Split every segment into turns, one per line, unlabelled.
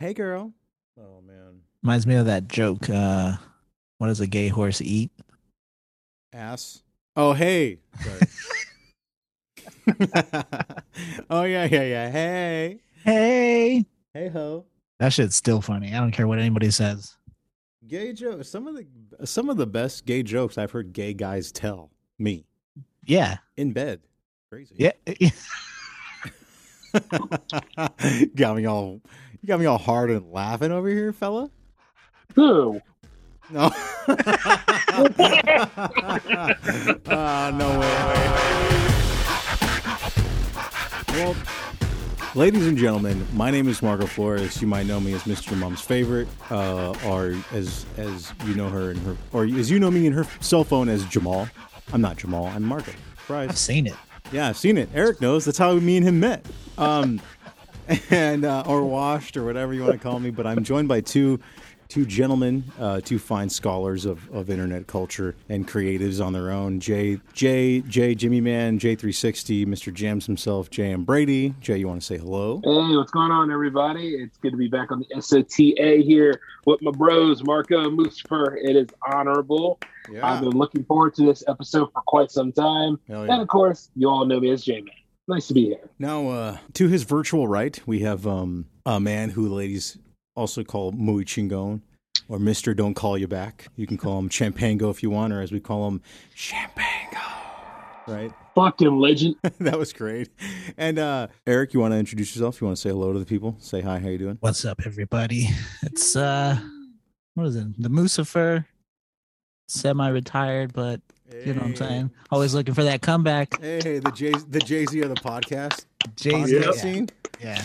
Hey, girl.
Oh man,
reminds me of that joke. Uh, what does a gay horse eat?
ass. Oh hey. Sorry. oh yeah, yeah, yeah. Hey,
Hey,
hey ho.
that shit's still funny. I don't care what anybody says.
Gay jokes. Some of the some of the best gay jokes I've heard gay guys tell me
Yeah,
in bed. Crazy.
yeah.
got me all. You got me all hard and laughing over here, fella.
Who?
No. Ah, no way. Well, ladies and gentlemen, my name is Marco Flores. You might know me as Mr. Mom's favorite, uh, or as as you know her in her, or as you know me in her cell phone as Jamal. I'm not Jamal. I'm Marco.
I've
Surprise.
seen it.
Yeah, I've seen it. Eric knows. That's how me and him met. Um, and uh, or washed or whatever you want to call me. But I'm joined by two two gentlemen, uh, two fine scholars of, of internet culture and creatives on their own. Jay Jay Jay Jimmy Man J three sixty Mr. Jams himself J M Brady. Jay, you want to say hello?
Hey, what's going on, everybody? It's good to be back on the SOTA here with my bros, Marco and Mustafa. It is honorable. I've been looking forward to this episode for quite some time.
Hell
And
Oh, yeah.
of course, you all know me as J Man. Nice to be here.
Now, uh, to his virtual right, we have um, a man who ladies also call Muy Chingon or Mr. Don't Call You Back. You can call him Champango if you want, or as we call him, Champango. Right?
Fucking legend.
that was great. And uh, Eric, you want to introduce yourself? You want to say hello to the people? Say hi. How you doing?
What's up, everybody? It's uh, what is it? The Mucifer, semi-retired, but you know what I'm saying. Always looking for that comeback.
Hey, the Jay the Jay Z of the podcast,
Jay
podcast scene.
Yeah.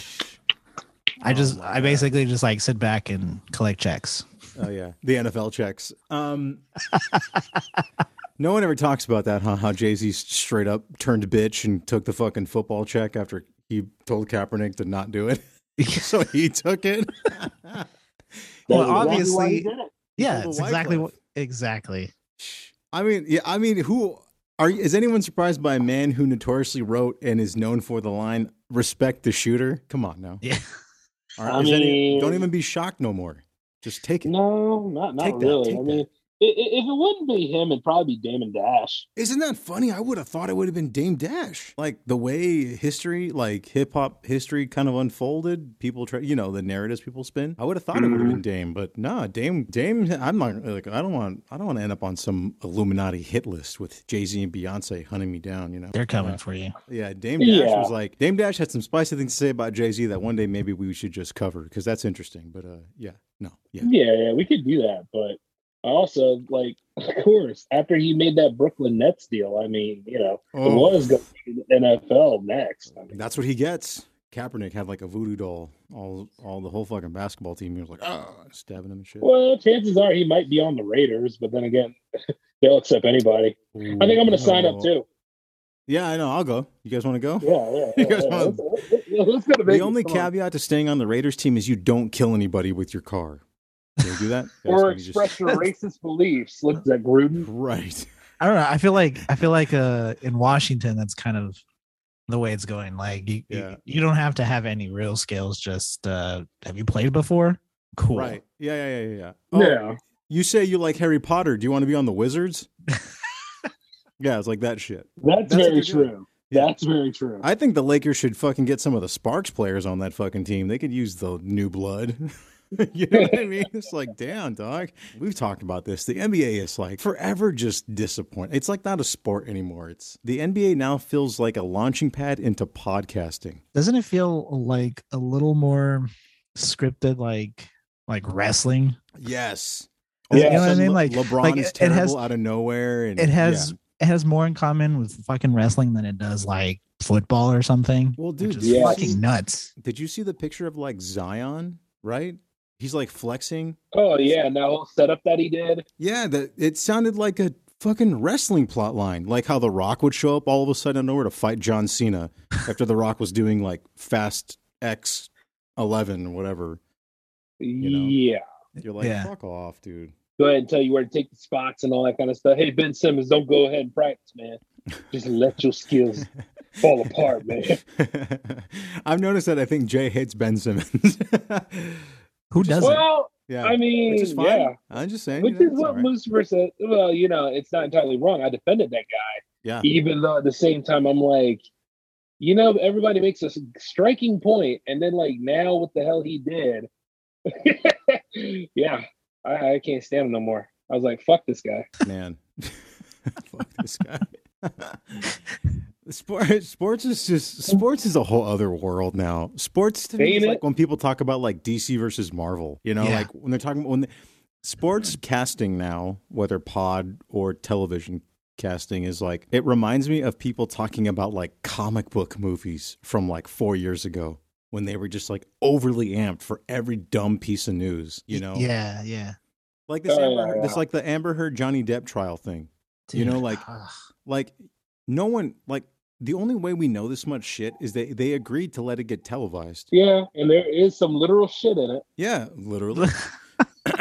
Oh, I just, I basically just like sit back and collect checks.
Oh yeah, the NFL checks. Um, no one ever talks about that, huh? How Jay Z straight up turned bitch and took the fucking football check after he told Kaepernick to not do it, so he took it.
Well,
That is exactly why
obviously-
he did it.
Yeah,
Well,
it's
Wyclef.
exactly what, exactly.
I mean, yeah, I mean, who are? Is anyone surprised by a man who notoriously wrote and is known for the line "respect the shooter"? Come on now.
Yeah.
Are-
I
is any-
mean-
don't even be shocked no more. Just take it.
No, not, not
Take that,
really.
take
I
that.
mean, i- i- if it wouldn't be him, it'd probably be Damon Dash.
Isn't that funny? I would have thought it would have been Dame Dash. Like the way history, like hip hop history kind of unfolded, people try, you know, the narratives people spin. I would have thought it would have been Dame, but no, Dame, Dame, I'm not, like, I don't want, I don't want to end up on some Illuminati hit list with Jay Z and Beyonce hunting me down, you know?
They're coming for you.
Yeah, Dame Dash
Yeah.
was like, Dame Dash had some spicy things to say about Jay Z that one day maybe we should just cover because that's interesting. But uh, yeah, no, yeah.
Yeah, yeah, we could do that. But also, like, of course, after he made that Brooklyn Nets deal, I mean, you know,
Oh.
it was going to be the NFL next. I mean,
That's what he gets. Kaepernick had like a voodoo doll. All, all the whole fucking basketball team. He was like, ah, stabbing him and shit.
Well, chances are he might be on the Raiders, but then again, they'll accept anybody. I think I'm going to sign up too.
Yeah, I know. I'll go. You guys want to go?
Yeah, yeah.
You
yeah,
guys
yeah.
want-
Let's- let's- let's go to
um, The
Vegas.
only
Come on.
caveat to staying on the Raiders team is you don't kill anybody with your car. Can you do that? Guys,
or
can you just-
express your racist beliefs. Look at Gruden.
Right.
I don't know. I feel like I feel like uh in Washington that's kind of the way it's going. Like you you-
Yeah.
you, don't have to have any real skills, just uh have you played before? Cool.
Right. Yeah, yeah, yeah, yeah, yeah. Oh,
No,
You say you like Harry Potter. Do you want to be on the Wizards? yeah, it's like that shit.
that's,
That's what
very
they're doing.
true.
Yeah.
That's very true.
I think the Lakers should fucking get some of the Sparks players on that fucking team. They could use the new blood. you know what I mean? It's like, damn, dog. We've talked about this. The NBA is like forever just disappointing. It's like not a sport anymore. It's the NBA now feels like a launching pad into podcasting.
Doesn't it feel like a little more scripted like like wrestling?
Yes.
Yeah.
You know what I mean? Like-
LeBron
like,
is
it- it
terrible
has-
out of nowhere, and
It
yeah.
has it has more in common with fucking wrestling than it does like football or something.
Well, dude,
which is
yeah.
fucking nuts.
Did you see the picture of like Zion? Right, he's like flexing.
Oh yeah, and that whole setup that he did.
Yeah, that it sounded like a fucking wrestling plot line, like how The Rock would show up all of a sudden out of nowhere to fight John Cena after The Rock was doing like Fast X eleven or whatever. know.
Yeah.
You're like,
Yeah.
fuck off, dude.
Go ahead and tell you where to take the spots and all that kind of stuff. Hey, Ben Simmons, don't go ahead and practice, man. Just let your skills fall apart, man.
I've noticed that I think Jay hates Ben Simmons.
Who doesn't?
Well,
yeah,
I mean,
which is fine.
yeah.
I'm just saying,
Which
you know,
is
it's
what
all right.
Lucifer said. Well, you know, it's not entirely wrong. I defended that guy.
Yeah.
Even though at the same time, I'm like, you know, everybody makes a s- striking point, and then like now, what the hell he did? yeah, I, I can't stand him no more. I was like, fuck this guy.
man. Fuck this guy. Sports, sports is just sports is a whole other world now. Sports to me
Ain't
is
it?
like when people talk about like DC versus Marvel. You know,
Yeah.
like when they're talking about when they, sports casting now, whether pod or television casting, is like it reminds me of people talking about like comic book movies from like four years ago when they were just like overly amped for every dumb piece of news. You know,
Yeah, yeah.
like this,
Oh,
Amber,
yeah,
Heard- this
yeah.
like the Amber Heard Johnny Depp trial thing You know, like-
ugh.
like no one like the only way we know this much shit is they they agreed to let it get televised
Yeah, and there is some literal shit in it.
yeah literally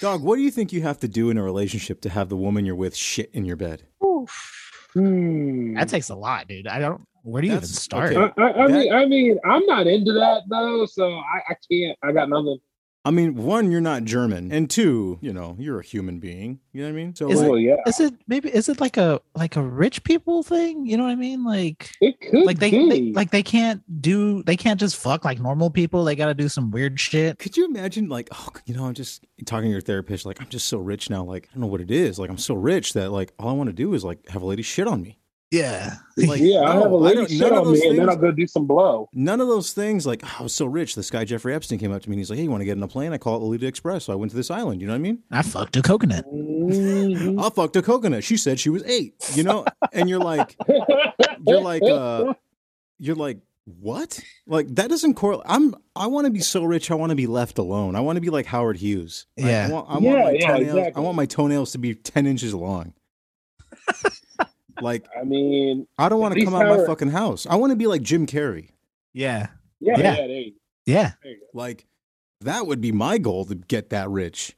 dog what do you think you have to do in a relationship to have the woman you're with shit in your bed
Hmm.
that takes a lot, dude. I don't. Where do you even
That's-
start?
okay.
I, I, I
That-
mean, I mean, I'm not into that though, so I, I can't. I got nothing.
i mean one you're not german and two you know you're a human being you know what i mean so
Is
like,
Oh yeah,
Is it maybe? Is it like a like a rich people thing? You know what I mean? Like
it could
like they,
be.
they like they can't do they can't just fuck like normal people. They got to do some weird shit.
could you imagine like oh you know i'm just talking to your therapist like i'm just so rich now like i don't know what it is like i'm so rich that like all i want to do is like have a lady shit on me
Yeah.
like
yeah, I have
no,
a lady
don't-
shit
none of
on me,
those
and then
things-
I'll go do some blow.
none of those things like oh, I was so rich. This guy Jeffrey Epstein came up to me and he's like, "Hey, you want to get in a plane? I call it Alita Express. So I went to this island. You know what I mean?
I fucked a coconut.
Mhm.
I fucked a coconut. She said she was eight. You know, and you're like, you're like, uh, you're like, what? Like that doesn't correlate. I'm I want to be so rich. I want to be left alone. I want to be like Howard Hughes. Like,
Yeah.
I want, I want
Yeah,
my
yeah,
toenails. I
exactly.
want my toenails to be ten inches long. like
I mean,
I don't
At
want to
least
come out of my
Howard-
fucking house. I want to be like Jim Carrey.
Yeah.
yeah,
Yeah.
yeah, there you
Yeah.
Like that would be my goal to get that rich.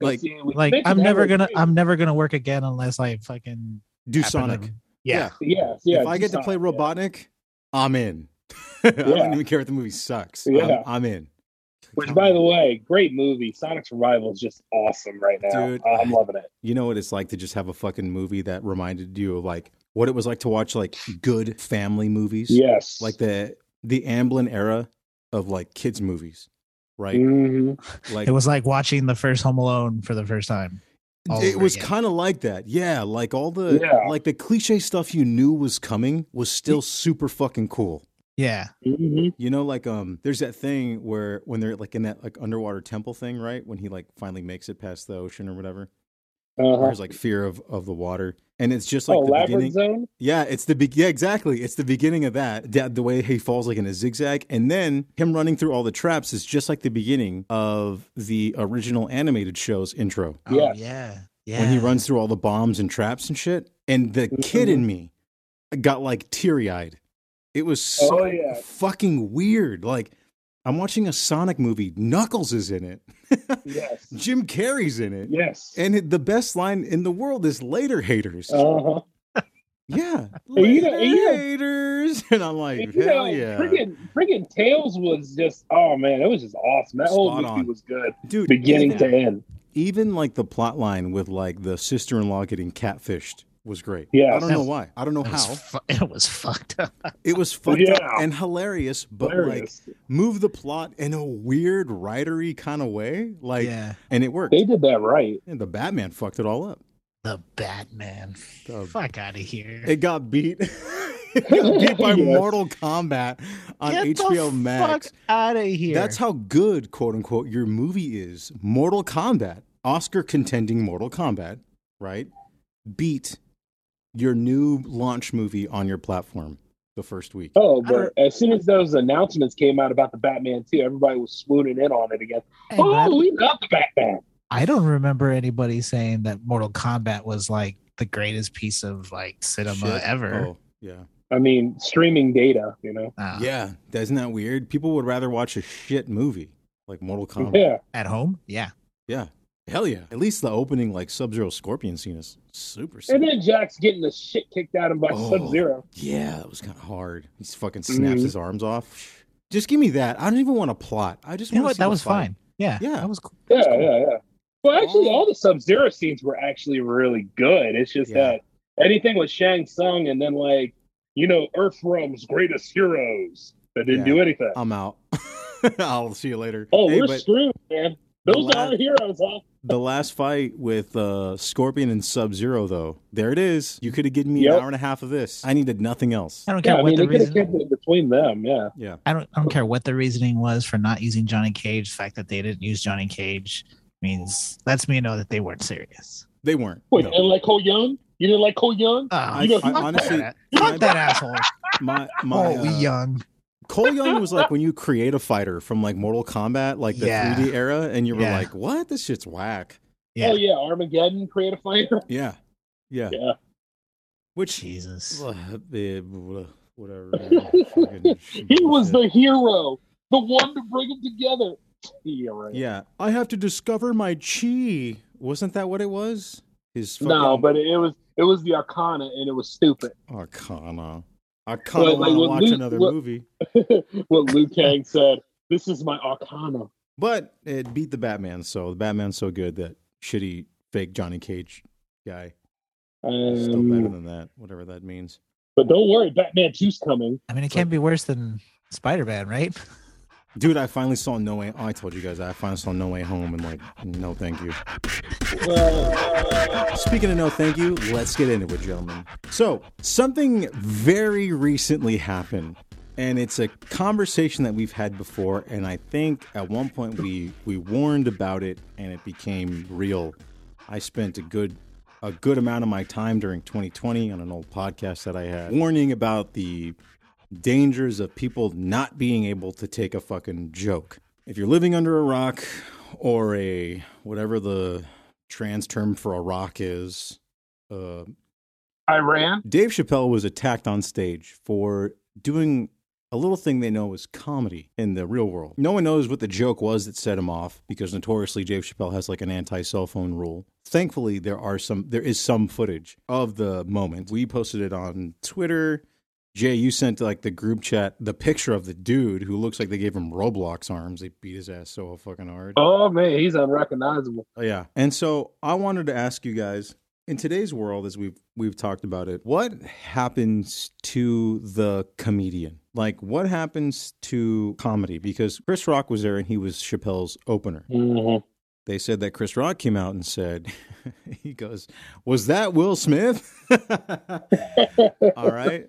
go.
Like-
See, we
Like
mentioned
I'm never
Howard
gonna
Hughes.
I'm never gonna work again unless I fucking
Do
happen
Sonic.
to- Yeah.
yes, yeah.
if I get to
Tucson,
play
yeah.
Robotnik, I'm in. I don't
Yeah.
even care if the movie sucks.
Yeah.
I'm, I'm in.
which by the way, great movie. Sonic Survival is just awesome right now.
Dude.
I'm loving it.
you know what it's like to just have a fucking movie that reminded you of like what it was like to watch like good family movies.
Yes,
Like the the Amblin era of like kids movies. Right?
Mhm.
Like
It was like watching the first Home Alone for the first time. all
it
over
was
again.
kind of like that. Yeah, like all the
Yeah.
like the cliche stuff you knew was coming was still super fucking cool.
Yeah.
Mhm.
You know, like um, there's that thing where when they're like in that like underwater temple thing, right? When he like finally makes it past the ocean or whatever,
Uh-huh.
there's like fear of of the water, and it's just like
Oh,
the beginning.
Labyrinth Zone.
Yeah, it's the be- yeah exactly. It's the beginning of that. that. The way he falls like in a zigzag, and then him running through all the traps is just like the beginning of the original animated show's intro
Oh,
Yes.
yeah. Yeah.
when he runs through all the bombs and traps and shit. And the kid
Mm-hmm.
in me got like teary eyed. It was so
Oh, yeah.
fucking weird. Like, I'm watching a Sonic movie. Knuckles is in it,
Yes,
Jim Carrey's in it.
yes.
And it- the best line in the world is later haters.
uh huh.
yeah. Later
And you know- and you know-
haters. And I'm like,
And,
hell
you know,
yeah.
friggin', friggin' Tails was just oh man, it was just awesome. That whole
Spot
movie
on.
was good,
Dude,
beginning
even,
to end.
even like the plot line with like the sister in law getting catfished was great.
Yeah.
I don't know why. I don't know
it
how.
was, fu- it was fucked up.
It was fucked
Yeah.
up and hilarious, but like
Hilarious.
move the plot in a weird writery kind of way. Like
yeah.
and it worked.
they did that right.
And the Batman fucked it all up.
The Batman.
The-
Fuck out of here.
It got beat. it got beat by
Yes.
Mortal Kombat on
Get
HBO
the
Max.
Fuck out of here.
That's how good, quote unquote, your movie is. Mortal Kombat, Oscar contending Mortal Kombat, right? Beat your new launch movie on your platform the first week.
Oh, but as soon as those announcements came out about the Batman 2, everybody was swooning in on it again.
Hey,
Oh,
man,
we love the Batman.
I don't remember anybody saying that Mortal Kombat was like the greatest piece of like cinema
Shit.
ever.
Oh, yeah.
I mean, streaming data, you know?
Uh,
Yeah. Isn't that weird? People would rather watch a shit movie like Mortal Kombat.
Yeah.
At home? Yeah.
Yeah. Hell yeah. At least the opening, like Sub Zero Scorpion scene, is super sick.
And then Jack's getting the shit kicked out of him by
Oh.
Sub Zero.
Yeah, that was kind of hard. He fucking snaps
Mhm.
his arms off. Just give me that. I don't even want a plot. I just
You know
want
what? That was fine. Yeah.
Yeah.
That was cool.
Yeah, yeah, yeah. Well, actually,
Oh.
all the Sub Zero scenes were actually really good. It's just
Yeah.
that anything with Shang Tsung and then, like, you know, Earthrealm's greatest heroes that didn't
Yeah.
do anything.
I'm out. I'll see you later.
oh,
Hey,
we're
but
screwed, man. Those
the,
are
la-
our heroes, huh?
the last fight with uh, Scorpion and Sub Zero, though, there it is. You could have given me an
Yep.
hour and a half of this. I needed nothing else.
I don't care
Yeah, I
what
mean,
the
they could have
reason.
kept it between them, yeah.
Yeah.
I don't I don't care what the reasoning was for not using Johnny Cage. The fact that they didn't use Johnny Cage means lets me know that they weren't serious.
They weren't.
Wait,
No.
you didn't like Cole Young? You didn't like Cole Young?
Oh,
I-
fuck
I
that.
honestly-
fuck that asshole.
My, my,
Oh, we
uh,
young.
Cole Young was like when you create a fighter from like Mortal Kombat, like the
Yeah.
3D era, and you were
Yeah.
like, what? This shit's whack.
Yeah.
Oh yeah, Armageddon, creative fighter.
Yeah. Yeah.
Yeah.
Which
Jesus.
Ugh, eh, blah, Whatever. Fucking
He was
shit.
the hero, the one to bring them together. Yeah, right.
Yeah. I have to discover my chi. Wasn't that what it was? His fucking
No, but it was it was the Arcana, and it was stupid.
Arcana.
Well,
Arcana
like,
want to
well,
watch
Luke-
another
well-
movie.
what Liu Kang said. This is my Arcana.
But it beat the Batman, so the Batman's so good that shitty fake Johnny Cage guy. is Still better
Um,
than that, whatever that means.
but don't worry, Batman 2's coming.
I mean, it can't be worse than Spider Man, right?
Dude, I finally saw No Way. Oh, I told you guys, I finally saw No Way Home, and like, no, thank you.
Uh,
Speaking of no thank you, let's get into it, gentlemen. So, something very recently happened, and it's a conversation that we've had before, and I think at one point we we warned about it and it became real. I spent a good a good amount of my time during 2020 on an old podcast that I had warning about the dangers of people not being able to take a fucking joke. If you're living under a rock or a whatever the trans term for a rock is, uh,
Iran.
Dave Chappelle was attacked on stage for doing a little thing they know is comedy in the real world. No one knows what the joke was that set him off because notoriously Dave Chappelle has like an anti-cell phone rule. Thankfully, there are some there is some footage of the moment. We posted it on Twitter. Jay, you sent like the group chat the picture of the dude who looks like they gave him Roblox arms. They beat his ass so fucking hard.
Oh man, he's unrecognizable.
Oh, yeah. And so I wanted to ask you guys in today's world, as we've we've talked about it, what happens to the comedian? Like, what happens to comedy? Because Chris Rock was there and he was Chappelle's opener. Mm-hmm. They said that Chris Rock came out and said, he goes, "Was that Will Smith?" All right,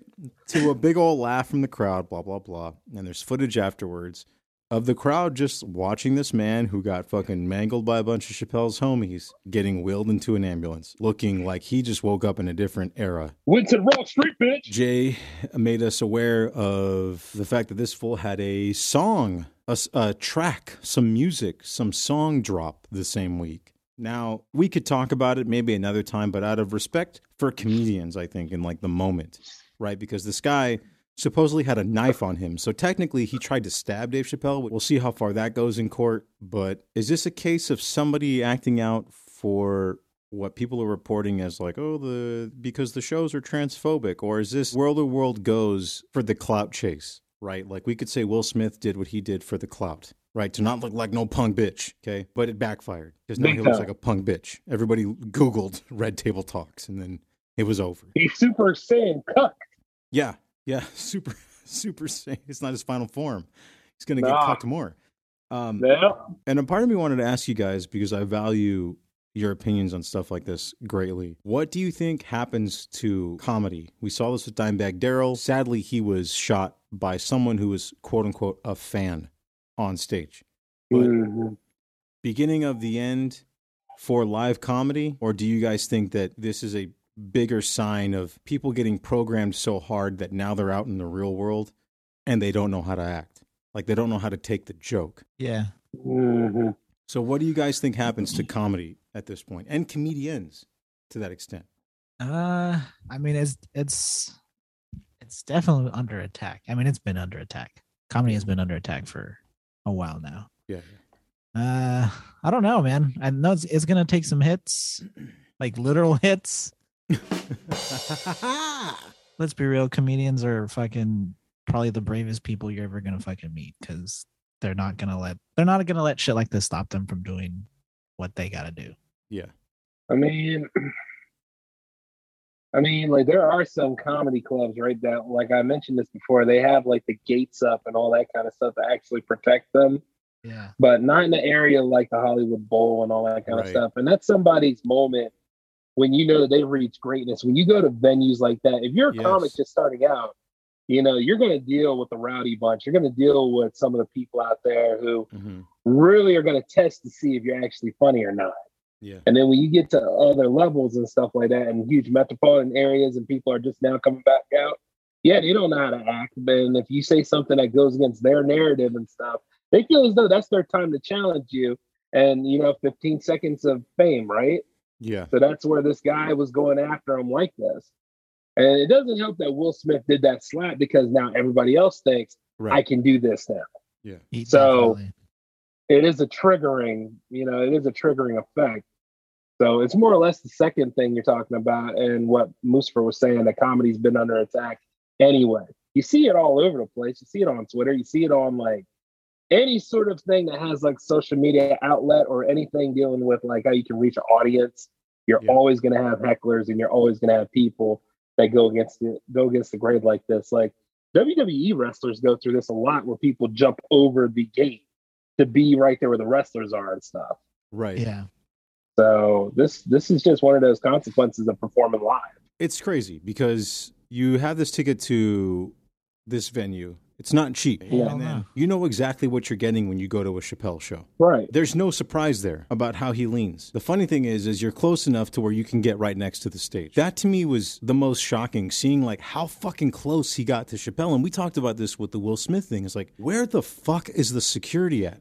to a big old laugh from the crowd. Blah blah blah. And there's footage afterwards of the crowd just watching this man who got fucking mangled by a bunch of Chappelle's homies getting wheeled into an ambulance, looking like he just woke up in a different era.
Went to the wrong street, bitch.
Jay made us aware of the fact that this fool had a song, a, s- a track, some music, some song drop the same week. Now, we could talk about it maybe another time, but out of respect for comedians, I think, in like the moment, right? Because this guy supposedly had a knife on him. So technically, he tried to stab Dave Chappelle. We'll see how far that goes in court. But is this a case of somebody acting out for what people are reporting as like, oh, the because the shows are transphobic, or is this world the world goes for the clout chase, right? Like we could say Will Smith did what he did for the clout, right? To not look like no punk bitch, okay? But it backfired because now
Big
he looks
time.
like a punk bitch. Everybody Googled Red Table Talks, and then it was over.
He's super saiyan cuck.
Yeah, yeah, super, super. Saiyan. It's not his final form. He's gonna get
Nah.
cucked more. Um,
Yeah.
and a part of me wanted to ask you guys because I value your opinions on stuff like this greatly. What do you think happens to comedy? We saw this with Dimebag Daryl. Sadly, he was shot by someone who was quote unquote a fan on stage. But-
Mhm.
Beginning of the end for live comedy, or do you guys think that this is a bigger sign of people getting programmed so hard that now they're out in the real world and they don't know how to act. Like they don't know how to take the joke.
Yeah.
Mhm.
So what do you guys think happens to comedy at this point and comedians to that extent?
Uh, I mean, it's it's it's definitely under attack. I mean, it's been under attack. Comedy has been under attack for a while now.
Yeah.
Uh, I don't know, man. I know it's, it's gonna take some hits, like literal hits. Let's be real, comedians are fucking probably the bravest people you're ever gonna fucking meet because they're not gonna let they're not gonna let shit like this stop them from doing what they gotta do.
Yeah.
I mean, I mean, like there are some comedy clubs, right? That, like I mentioned this before, they have like the gates up and all that kind of stuff to actually protect them,
Yeah.
but not in the area like the Hollywood Bowl and all that kind
Right.
of stuff. And that's somebody's moment when you know that they've reached greatness. When you go to venues like that, if you're a
Yes.
comic just starting out, you know you're going to deal with the rowdy bunch. You're going to deal with some of the people out there who
Mm-hmm.
really are going to test to see if you're actually funny or not.
Yeah.
And then when you get to other levels and stuff like that, and huge metropolitan areas, and people are just now coming back out, yeah, they don't know how to act. And if you say something that goes against their narrative and stuff, they feel as though that's their time to challenge you. And you know, 15 seconds of fame, right?
Yeah.
So that's where this guy was going after him like this. And it doesn't help that Will Smith did that slap because now everybody else thinks I
Right.
can do this now.
He
So-
definitely-
it is a triggering, you know, it is a triggering effect. So it's more or less the second thing you're talking about, and what Moosefer was saying that comedy's been under attack anyway. You see it all over the place. You see it on Twitter. You see it on like any sort of thing that has like social media outlet or anything dealing with like how you can reach an audience. You're
Yeah.
always going to have hecklers, and you're always going to have people that go against the go against the grade like this. Like WWE wrestlers go through this a lot, where people jump over the gate to be right there where the wrestlers are and stuff.
Right.
yeah.
So this this is just one of those consequences of performing live.
It's crazy because you have this ticket to this venue. It's not cheap.
Yeah.
And then you know exactly what you're getting when you go to a Chappelle show.
Right.
There's no surprise there about how he leans. The funny thing is, is you're close enough to where you can get right next to the stage. That to me was the most shocking, seeing like how fucking close he got to Chappelle. And we talked about this with the Will Smith thing. It's like, where the fuck is the security at?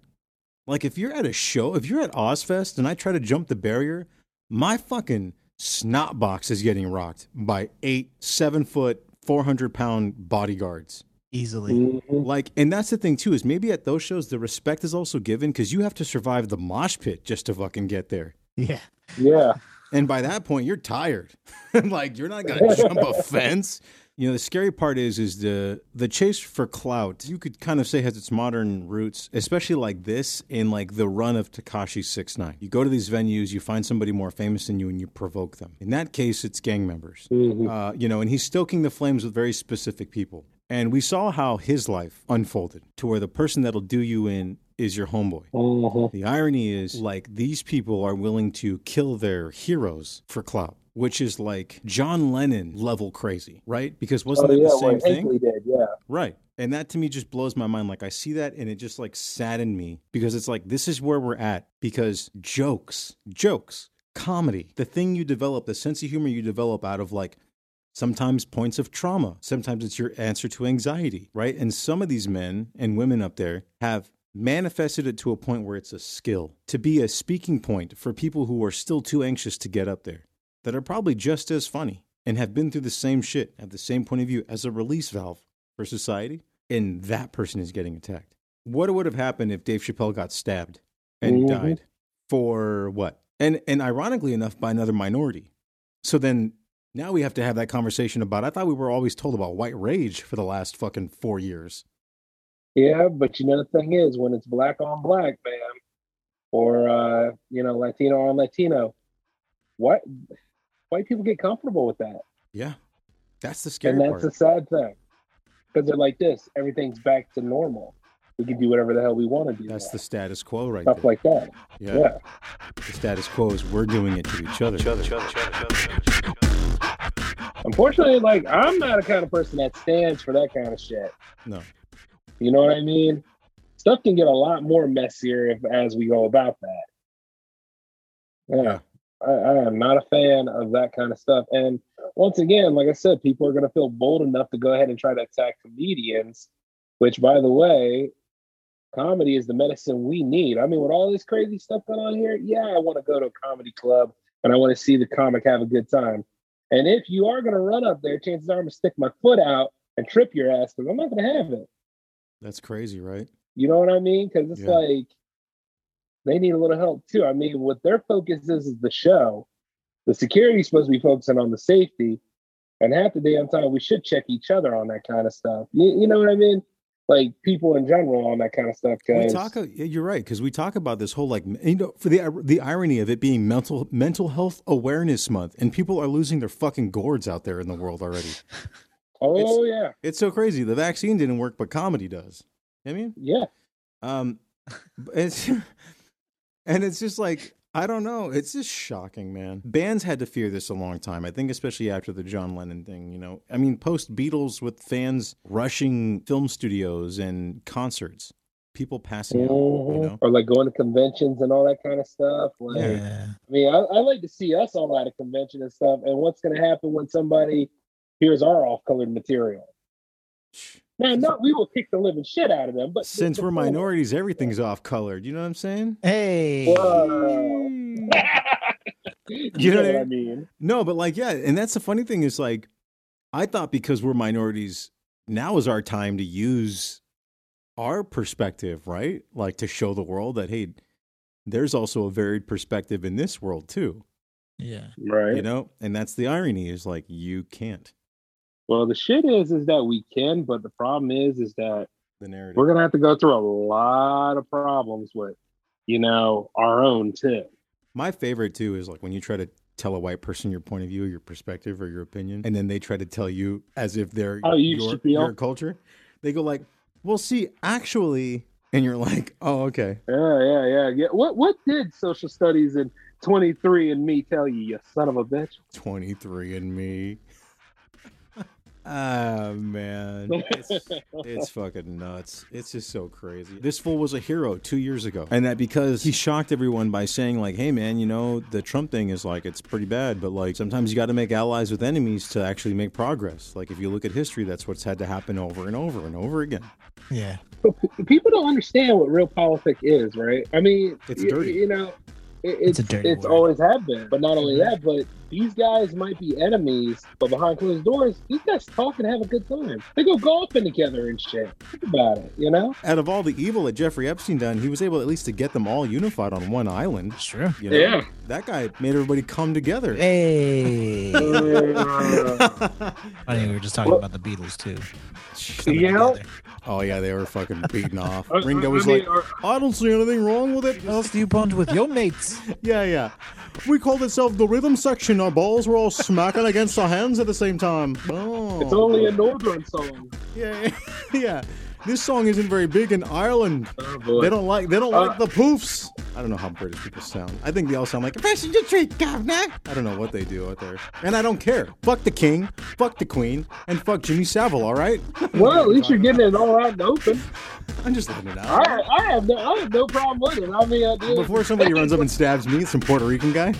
Like if you're at a show, if you're at Ozfest and I try to jump the barrier, my fucking snot box is getting rocked by eight, seven foot, four hundred pound bodyguards.
Easily.
Mhm.
Like, and that's the thing too is maybe at those shows the respect is also given because you have to survive the mosh pit just to fucking get there.
Yeah.
Yeah.
And by that point, you're tired. like, you're not gonna jump a fence. You know, the scary part is is the the chase for clout. You could kind of say has its modern roots, especially like this in like the run of Takashi Six Nine. You go to these venues, you find somebody more famous than you, and you provoke them. In that case, it's gang members
Mhm.
uh, you know, and he's stoking the flames with very specific people. And we saw how his life unfolded to where the person that'll do you in is your homeboy.
Mhm.
The irony is, like, these people are willing to kill their heroes for clout, which is like John Lennon level crazy, right? Because wasn't
oh
that
yeah,
the same
what
thing?
Hinckley did. Yeah.
Right. And that to me just blows my mind. Like I see that and it just like saddened me because it's like this is where we're at because jokes, jokes, comedy, the thing you develop, the sense of humor you develop out of like sometimes points of trauma, sometimes it's your answer to anxiety, right? And some of these men and women up there have manifested it to a point where it's a skill to be a speaking point for people who are still too anxious to get up there that are probably just as funny and have been through the same shit, have the same point of view as a release valve for society, and that person is getting attacked. What would have happened if Dave Chappelle got stabbed and
Mhm.
died for what? And and ironically enough, by another minority. So then now we have to have that conversation about. I thought we were always told about white rage for the last fucking four years.
Yeah, but you know the thing is, when it's black on black, man, or uh, you know Latino on Latino, what white people get comfortable with that,
Yeah, that's the scary
and
part.
that's a sad thing because they're like this: everything's back to normal. We can do whatever the hell we want to do.
that's
now.
the status quo right
stuff
there.
like that.
yeah.
yeah.
the status quo is we're doing it to each other.
Unfortunately, like I'm not a kind of person that stands for that kind of shit.
No,
You know what I mean? Stuff can get a lot more messier if, as we go about that. Yeah.
Yeah.
I, I am not a fan of that kind of stuff. And once again, like I said, people are going to feel bold enough to go ahead and try to attack comedians, which, by the way, comedy is the medicine we need. I mean, with all this crazy stuff going on here, yeah, I want to go to a comedy club and I want to see the comic have a good time. And if you are going to run up there, chances are I'm going to stick my foot out and trip your ass because I'm not going to have it.
That's crazy, right?
You know what I mean? Because it's
Yeah.
like they need a little help too. I mean, what their focus is is the show. The security's supposed to be focusing on the safety, and half the damn time we should check each other on that kind of stuff. You, you know what I mean? Like people in general on that kind of stuff.
We
'cause-
talk. uh, yeah, You're right because we talk about this whole like you know for the the irony of it being mental mental health awareness month and people are losing their fucking gourds out there in the world already.
oh yeah,
it's so crazy. The vaccine didn't work, but comedy does. I mean,
yeah.
um, it's and it's just like I don't know. It's just shocking, man. Bands had to fear this a long time. I think, especially after the John Lennon thing. You know, I mean, post Beatles with fans rushing film studios and concerts, people passing out. You
Mhm.
know.
Or like going to conventions and all that kind of stuff. Like,
Yeah.
I mean, I, I like to see us all at a convention and stuff. And what's going to happen when somebody hears our off-colored material? Man, no, we will kick the living shit out of them. But
Since we're minorities, everything's off colored. You know what I'm saying?
Hey.
Whoa. you, know, what I mean?
No, but like, yeah, and that's the funny thing is like, I thought because we're minorities, now is our time to use our perspective, right? Like to show the world that hey, there's also a varied perspective in this world too.
Yeah.
Right.
You know, and that's the irony is like you can't
Well, the shit is is that we can, but the problem is is that
the narrative.
we're gonna have to go through a lot of problems with, you know, our own too.
My favorite too is like when you try to tell a white person your point of view, your perspective, or your opinion, and then they try to tell you as if they're
Oh, you
your,
should be
your
all-
culture. They go like, "Well, see, actually," and you're like, "Oh, okay."
Yeah, yeah, yeah, yeah. What what did social studies and twenty three and me tell you, you son of a bitch?
Twenty three and me. Ah man, it's, it's fucking nuts. It's just so crazy. This fool was a hero two years ago, and that because he shocked everyone by saying like, "Hey man, you know the Trump thing is like it's pretty bad, but like sometimes you got to make allies with enemies to actually make progress. Like if you look at history, that's what's had to happen over and over and over again.
Yeah.
people don't understand what real politics is, right? I mean,
It's
y-
dirty.
You know, it,
It's
it's
a dirty
it's
word.
always have been. But not
Mm-hmm.
only that, but these guys might be enemies, but behind closed doors, these guys talk and have a good time. They go golfing together and shit. Think about it, you know?
Out of all the evil that Jeffrey Epstein done, he was able at least to get them all unified on one island.
It's true.
You know?
Yeah.
that guy made everybody come together.
Hey.
Uh,
Funny, we were just talking about the Beatles too.
yeah.
Oh yeah, they were fucking beaten off.
I- I-
Ringo
I
was
mean,
like, oh,
are-
I don't see anything wrong with it.
Else do you punch with your mates?
Yeah, yeah. We called itself the rhythm section. Our balls were all smacking against our hands at the same time. Oh.
It's only a northern song.
yeah, yeah, yeah. This song isn't very big in Ireland.
Oh, boy.
They don't like they don't
Uh,
like the poofs. I don't know how British people sound. I think they all sound like fresh in your tree, governor. I don't know what they do out there, and I don't care. Fuck the king, fuck the queen, and fuck Jimmy Savile. All right,
well, at least you're getting it all out in the open.
I'm just letting it out.
I, I have no, I have no problem with it. I mean, I do.
Before somebody runs up and stabs me, some Puerto Rican guy.